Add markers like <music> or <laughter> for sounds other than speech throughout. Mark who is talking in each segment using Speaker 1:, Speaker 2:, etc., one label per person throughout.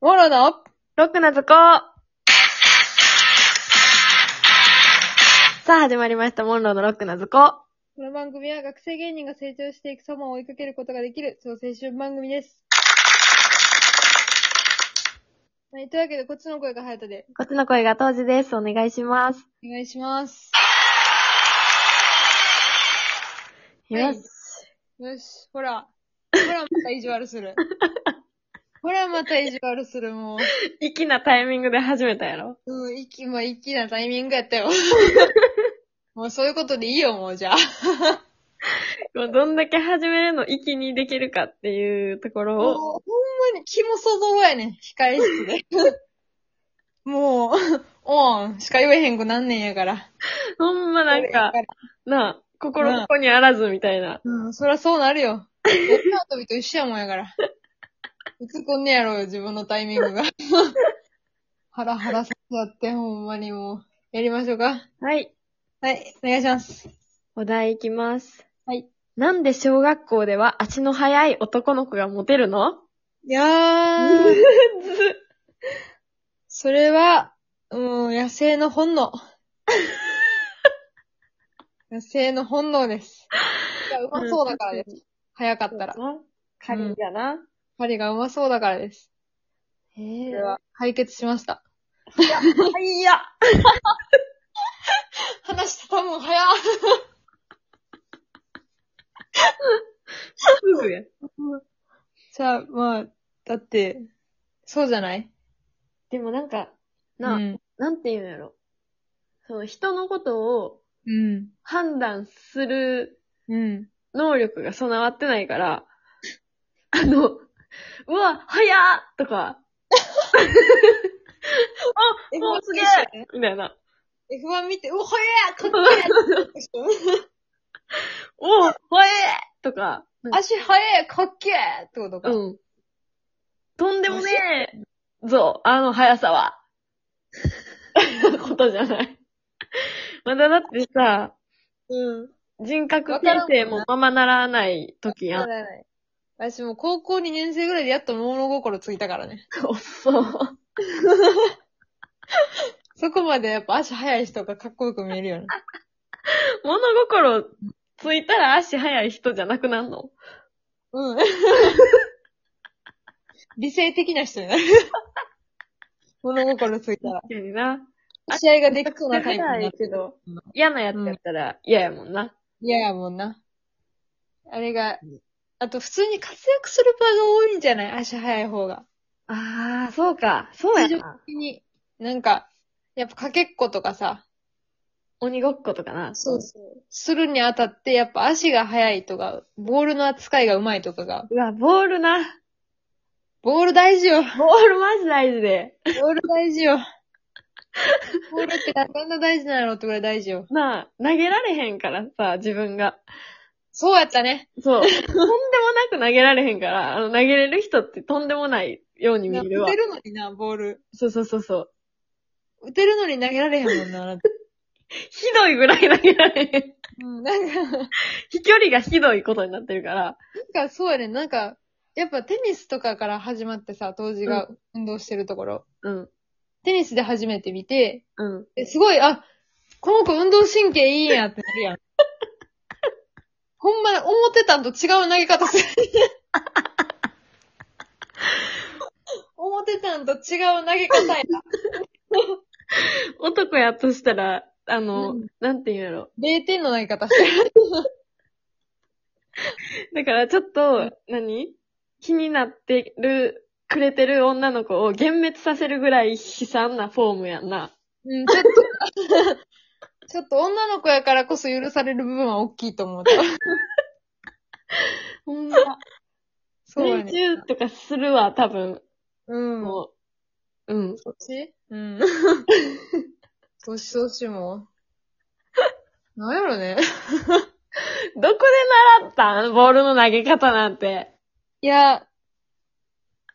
Speaker 1: モロの
Speaker 2: ロックな図工さあ、始まりました。モンローのロックな図工。
Speaker 1: この番組は学生芸人が成長していく様を追いかけることができる、超青春番組です。はい、というわけで、こっちの声が隼人で、
Speaker 2: こっちの声が当時です。お願いします。
Speaker 1: お願いします。
Speaker 2: よ
Speaker 1: はい
Speaker 2: し。
Speaker 1: よし、ほら。ほら、また意地悪する。ほら、また意地悪する、もう。
Speaker 2: 粋なタイミングで始めたやろ。
Speaker 1: うん、一気、まあ、一気なタイミングやったよ。もうそういうことでいいよ、もう、じゃあ。
Speaker 2: もうどんだけ始めるの粋にできるかっていうとこ
Speaker 1: もう、
Speaker 2: ろを、
Speaker 1: ほんまに、気も想像やねん、控え室で。 <laughs> もう、オンしか言えへんくなんねんやから。
Speaker 2: ほんまなんか、なあ、心ここにあらずみたいな。
Speaker 1: うん、そりゃそうなるよ。女遊びと一緒やもんやから。いつこんねやろうよ、自分のタイミングが。 <laughs> ハラハラさせやって、ほんまにもう。やりましょうか。
Speaker 2: はい。
Speaker 1: はい、お願いします。
Speaker 2: お題いきます。
Speaker 1: はい。
Speaker 2: なんで小学校では足の速い男の子がモテるの
Speaker 1: いや <laughs> ー、それは、うん、野生の本 <laughs> 能。野生の本能です。いや、うまそうだからです。早かったら。
Speaker 2: カリだな。
Speaker 1: 針がうまそうだからです。
Speaker 2: へ
Speaker 1: こ
Speaker 2: え
Speaker 1: れ
Speaker 2: <laughs>
Speaker 1: は解決しました。
Speaker 2: いや
Speaker 1: 話した多分早っ
Speaker 2: すぐや。
Speaker 1: じゃあ、まあ、だって、そうじゃない
Speaker 2: でもなんか、な、
Speaker 1: うん。
Speaker 2: なんていうんやろ。その人のことを
Speaker 1: うん。
Speaker 2: 判断する
Speaker 1: うん。
Speaker 2: 能力が備わってないから、 <laughs> あの、うわ、早っとか、
Speaker 1: え
Speaker 2: もうすげえみたいな。
Speaker 1: F1 見て、うわ、早いかっけえ
Speaker 2: <laughs> おう、早えとか、なんか
Speaker 1: 足早いかっけえってことか。
Speaker 2: うん。とんでもねえぞ、あの速さは。 <laughs> ことじゃない。まだだってさ、
Speaker 1: うん。
Speaker 2: 人格形成もままならない時や。
Speaker 1: なんらない。私もう高校2年生ぐらいでやっと物心ついたからね。
Speaker 2: そう。
Speaker 1: そこまでやっぱ足早い人がかっこよく見えるよね。
Speaker 2: 物心ついたら足速い人じゃなくなんの <laughs>
Speaker 1: うん。理性的な人
Speaker 2: <laughs>
Speaker 1: になる。物心ついたら。
Speaker 2: やにな。
Speaker 1: 試合ができそうなタイプにな
Speaker 2: 速
Speaker 1: る
Speaker 2: い。けど、嫌なやつやったら嫌やもんな。
Speaker 1: 嫌やもんな。あれが、あと普通に活躍する場が多いんじゃない足早い方が。
Speaker 2: ああ、そうか。そうや
Speaker 1: 非常
Speaker 2: な。
Speaker 1: に、なんか、やっぱかけっことかさ、
Speaker 2: 鬼ごっことかな。
Speaker 1: そうそう。するにあたって、やっぱ足が速いとか、ボールの扱いが上手いとかが、
Speaker 2: うわ、ボールな。
Speaker 1: ボール大事よ。
Speaker 2: <laughs> ボールマジ大事で。
Speaker 1: ボール大事よ。ボールってどんな大事なのってぐらい大事よ。
Speaker 2: なあ、投げられへんからさ、自分が。
Speaker 1: そうやったね。
Speaker 2: そう。とんでもなく投げられへんから、あの、投げれる人ってとんでもないように見
Speaker 1: な
Speaker 2: え
Speaker 1: 打て
Speaker 2: るわ。
Speaker 1: るのにな、ボール。
Speaker 2: そうそうそうそう。
Speaker 1: 打てるのに投げられへんもんな、あなた。
Speaker 2: ひどいぐらい投げられへん。
Speaker 1: うん、なんか、なん
Speaker 2: 飛距離がひどいことになってるから。
Speaker 1: かそうやね。なんか、やっぱテニスとかから始まってさ、当時が運動してるところ。
Speaker 2: うん。
Speaker 1: テニスで初めて見て、
Speaker 2: うん。
Speaker 1: ですごい、あ、この子運動神経いいんやってなる <laughs> やん。ほんま、思ってたんと違う投げ方する。思ってたんと違う投げ方や。
Speaker 2: 男やとしたら、あの、
Speaker 1: うん
Speaker 2: なんて言うんやろ。
Speaker 1: 0点の投げ方してる。
Speaker 2: だからちょっと、何気になってる、くれてる女の子を幻滅させるぐらい悲惨なフォームやんな。
Speaker 1: うん、ちょっと、 <laughs> ちょっと女の子やからこそ許される部分は大きいと思う。
Speaker 2: ほんま。
Speaker 1: そうや
Speaker 2: 水
Speaker 1: <laughs> ね。
Speaker 2: 中とかするわ、多分。
Speaker 1: うん。
Speaker 2: もう。うん。
Speaker 1: そっち <laughs> うん。そしそしも。なんやろね。
Speaker 2: どこで習ったんボールの投げ方なんて。
Speaker 1: いや、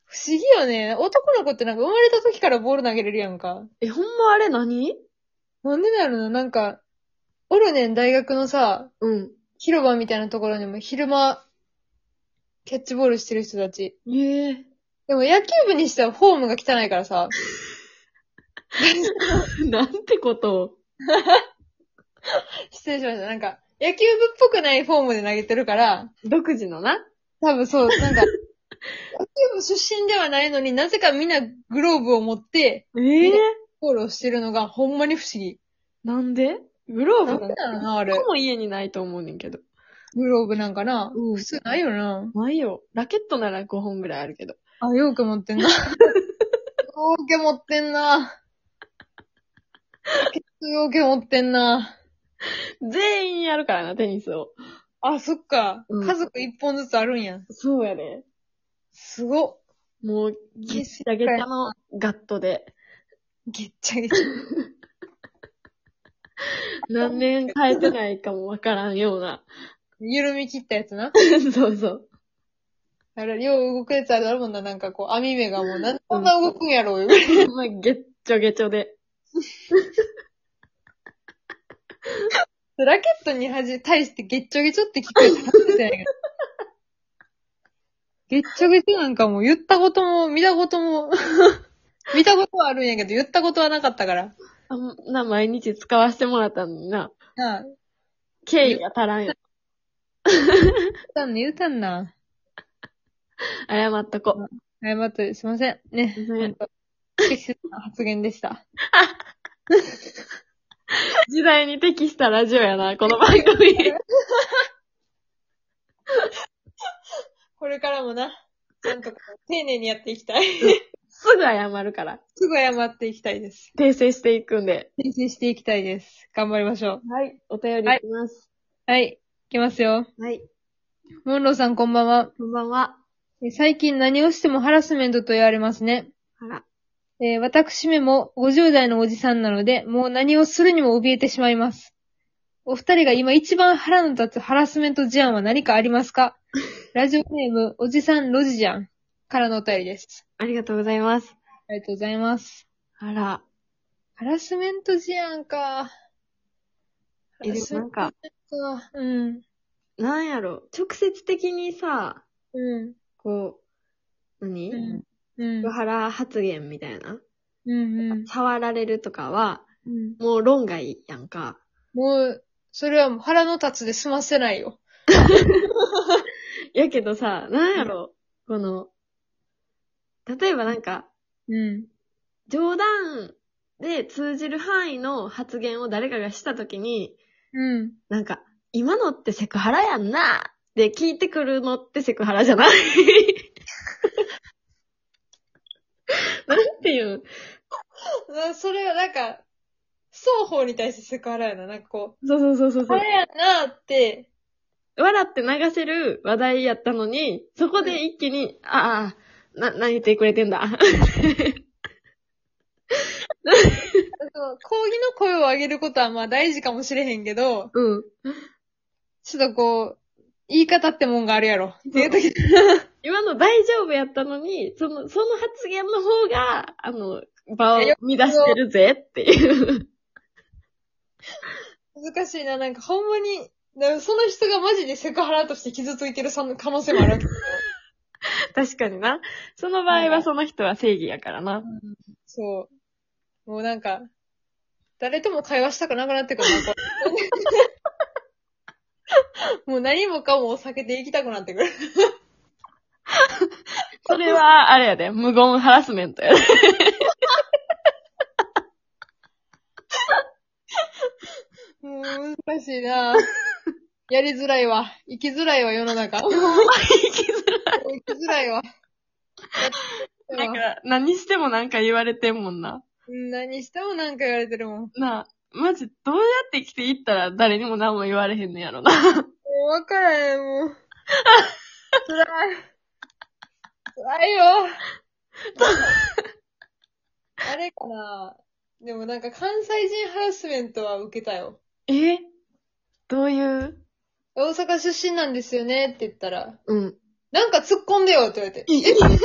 Speaker 1: 不思議よね。男の子ってなんか生まれた時からボール投げれるやんか。
Speaker 2: え、ほんまあれ何
Speaker 1: なんでだろうな、なんか、おるねん大学のさ、
Speaker 2: うん。
Speaker 1: 広場みたいなところにも昼間、キャッチボールしてる人たち。
Speaker 2: ええ
Speaker 1: でも野球部にしてはフォームが汚いからさ。
Speaker 2: <laughs> なんてことを。
Speaker 1: 失礼しました。なんか、野球部っぽくないフォームで投げてるから、
Speaker 2: 独自のな。
Speaker 1: 多分そう、なんか、野球部出身ではないのになぜかみんなグローブを持って、
Speaker 2: ええ
Speaker 1: ゴールをしてるのがほんまに不思議。
Speaker 2: なんでグロ
Speaker 1: な
Speaker 2: ー
Speaker 1: ん
Speaker 2: ブ
Speaker 1: で
Speaker 2: なん
Speaker 1: なのな、あれ
Speaker 2: か。も家にないと思うねんけど。
Speaker 1: グローブなんかな。
Speaker 2: うん
Speaker 1: 普通ないよな。
Speaker 2: ないよ。ラケットなら5本ぐらいあるけど。
Speaker 1: あ、ようけ持って <laughs> んな。ようけ持ってんな。ようけ持ってんな。
Speaker 2: 全員やるからな、テニスを。
Speaker 1: あ、そっか。
Speaker 2: うん
Speaker 1: 家族一本ずつあるんや。
Speaker 2: そうやで。
Speaker 1: すごっ。
Speaker 2: もう、ギッチャギチャのガットで。
Speaker 1: げっちゃげちゃ。
Speaker 2: 何年変えてないかもわからんような。
Speaker 1: 緩み切ったやつな。
Speaker 2: <laughs> そうそう。
Speaker 1: あれ、よう動くやつあるもんな。なんかこう、網目がもう、なんでこんな動くんやろうよ。
Speaker 2: <laughs> ほんまゲッチョゲチョで。
Speaker 1: ラケットにはじ、対してげっちょげちょって聞くやつ初めてや <laughs> ねんけど。げっちょげちょなんかもう言ったことも、見たこと <laughs> も、見たことはあるんやけど、言ったことはなかったから。
Speaker 2: あんな毎日使わせてもらったのにな。
Speaker 1: なあ、
Speaker 2: 敬意が足らんよ。
Speaker 1: 言うたんね、言うたんな。
Speaker 2: 謝っとこ。
Speaker 1: 謝って、すいません。ね。
Speaker 2: すいませ
Speaker 1: ほ
Speaker 2: ん
Speaker 1: んと不適切な発言でした。
Speaker 2: 時代に適したラジオやな、この番組。
Speaker 1: これからもな、ちゃんとこう丁寧にやっていきたい。
Speaker 2: すぐ謝るから。
Speaker 1: <laughs> すぐ謝っていきたいです。
Speaker 2: 訂正していくんで。
Speaker 1: <laughs> 練習していきたいです。頑張りましょう。
Speaker 2: はい。お便りいきます。
Speaker 1: はい。いきますよ。
Speaker 2: はい。
Speaker 1: ムンローさんこんばんは。
Speaker 2: こんばんは。
Speaker 1: え最近何をしてもハラスメントと言われますね。
Speaker 2: あら。
Speaker 1: えー私めも50代のおじさんなので、もう何をするにも怯えてしまいます。お二人が今一番腹の立つハラスメント事案は何かありますかラジオネーム、おじさんロジジャンからのお便りです。
Speaker 2: ありがとうございます。
Speaker 1: ありがとうございます。
Speaker 2: あら。
Speaker 1: ハラスメント事案か。
Speaker 2: え、でもなんか、
Speaker 1: か。うん。
Speaker 2: なんやろ。直接的にさ、
Speaker 1: うん。
Speaker 2: こう、何、
Speaker 1: うん。うん
Speaker 2: 福。原発言みたいな。
Speaker 1: うん。うん。
Speaker 2: 触られるとかは、
Speaker 1: うん
Speaker 2: もう論外やんか。
Speaker 1: もう、それはもう腹の立つで済ませないよ。
Speaker 2: やけどさ、なんやろ。この、例えばなんか、
Speaker 1: うん。
Speaker 2: 冗談で通じる範囲の発言を誰かがしたときに、
Speaker 1: うん。
Speaker 2: なんか、今のってセクハラやんなって聞いてくるのってセクハラじゃない <laughs> なんていうん
Speaker 1: なそれはなんか、双方に対してセクハラやな。なんかこ
Speaker 2: そうそうそうそう
Speaker 1: う、
Speaker 2: そう
Speaker 1: 腹。やなーって、
Speaker 2: 笑って流せる話題やったのに、そこで一気に、ああ、な、何言ってくれてんだ。
Speaker 1: そう抗議の声を上げることはまあ大事かもしれへんけど、
Speaker 2: うん。
Speaker 1: ちょっとこう、言い方ってもんがあるやろ。っていう時
Speaker 2: 今の大丈夫やったのに、その、その発言の方が、あの、場を乱してるぜっていう。
Speaker 1: 難しいな。なんかほんまに、だからその人がマジでセクハラとして傷ついてるその可能性もあるわけ。
Speaker 2: <laughs> 確かにな。その場合はその人は正義やからな。
Speaker 1: そう。もうなんか、誰とも会話したくなくな <laughs> ってくるな、これもう何もかも避けていきたくなってくる。
Speaker 2: それは、あれやで、無言ハラスメント <laughs> やで。
Speaker 1: もう難しいな <laughs> やりづらいわ。生きづらいわ、世の中。
Speaker 2: <laughs>
Speaker 1: 生きづらいわ。
Speaker 2: なんか、何してもなんか言われてんもんな。
Speaker 1: 何してもなんか言われてるもん。も
Speaker 2: なあ、マジ、どうやって生きていったら誰にも何も言われへんのやろな。
Speaker 1: うわからへん、もう。辛い。辛いよ。
Speaker 2: <laughs>
Speaker 1: あれかなでもなんか関西人ハラスメントは受けたよ。
Speaker 2: <laughs> えどういう
Speaker 1: 大阪出身なんですよねって言ったら、
Speaker 2: うん。
Speaker 1: なんか突っ込んでよって言われて。え <laughs> ちょっと待っ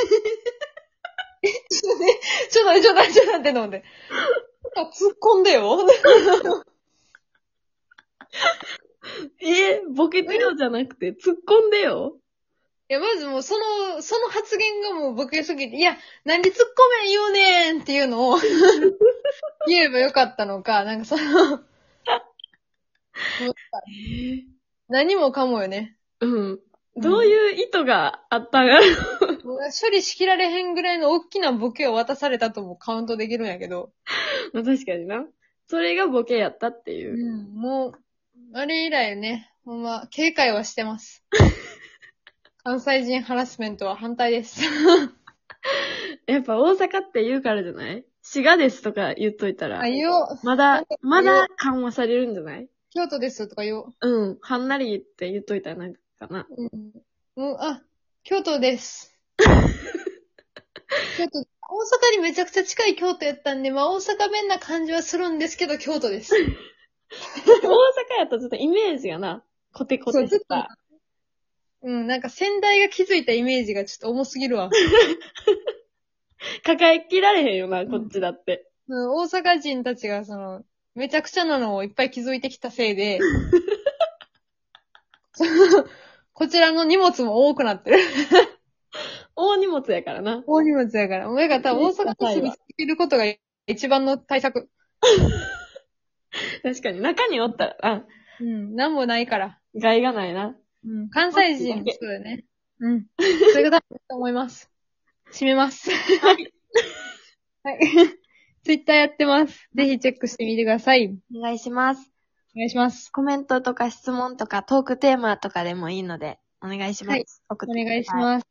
Speaker 1: て、ちょっと待って、ちょっと待って、飲んで。なんか突っ込んでよ
Speaker 2: えボケてよじゃなくて、突っ込んでよ
Speaker 1: いや、まずもうその、その発言がもうボケすぎて、いや、なんで突っ込めん言うねんっていうのを、 <laughs> 言えばよかったのか、なんかそのもう、何もかもよね。
Speaker 2: うん。どういう意図があ <laughs> ったが、
Speaker 1: もう処理しきられへんぐらいの大きなボケを渡されたともカウントできるんやけど、
Speaker 2: まあ確かにな。それがボケやったっていうう。
Speaker 1: ん、もう、あれ以来ね、ほんま、警戒はしてます。関西人ハラスメントは反対です。
Speaker 2: やっぱ大阪って言うからじゃない滋賀ですとか言っといたら
Speaker 1: あ、、言おう。
Speaker 2: まだ、まだ緩和されるんじゃない
Speaker 1: 京都ですとか言おう。
Speaker 2: うん。はんなりって言っといたらなんかな。
Speaker 1: うん。もう、あ、京都です。京都、大阪にめちゃくちゃ近い京都やったんで、まあ大阪弁な感じはするんですけど、京都です。
Speaker 2: <laughs> 大阪やとちょっとイメージがな、コテコテ
Speaker 1: そう
Speaker 2: し
Speaker 1: ずっと
Speaker 2: た。
Speaker 1: うん、なんか先代が気づいたイメージがちょっと重すぎるわ。
Speaker 2: 抱えきられへんよな、こっちだって。
Speaker 1: うん、大阪人たちがその、めちゃくちゃなのをいっぱい気づいてきたせいで、 <laughs> そのこちらの荷物も多くなってる。 <laughs>
Speaker 2: 大荷物やからな。
Speaker 1: 大荷物やから。親が多分大阪に住み続けることが一番の対策。
Speaker 2: 確かに、中におったら、あ、
Speaker 1: うん、なんもないから。
Speaker 2: 害がないな。
Speaker 1: うん、関西人もそうだよね。うん。それが大事だと思います。締めます。はい。 <laughs> はい。 <laughs> ツイッターやってます。ぜひチェックしてみてください。
Speaker 2: お願いします。
Speaker 1: お願いします。
Speaker 2: コメントとか質問とかトークテーマとかでもいいので、お願いしま
Speaker 1: は
Speaker 2: す。
Speaker 1: い
Speaker 2: 送
Speaker 1: お
Speaker 2: ってくださ
Speaker 1: 願いします。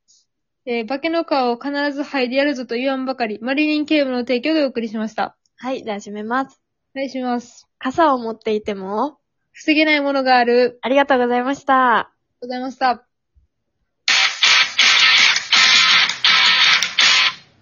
Speaker 1: えー、化けの皮を必ず剥いでやるぞと言わんばかり、マリリン警部の提供でお送りしました。
Speaker 2: はい、じゃあ閉めます。
Speaker 1: お願いします。
Speaker 2: 傘を持っていても、
Speaker 1: 防げないものがある。
Speaker 2: ありがとうございまし
Speaker 1: あ
Speaker 2: た。
Speaker 1: りがとうございました。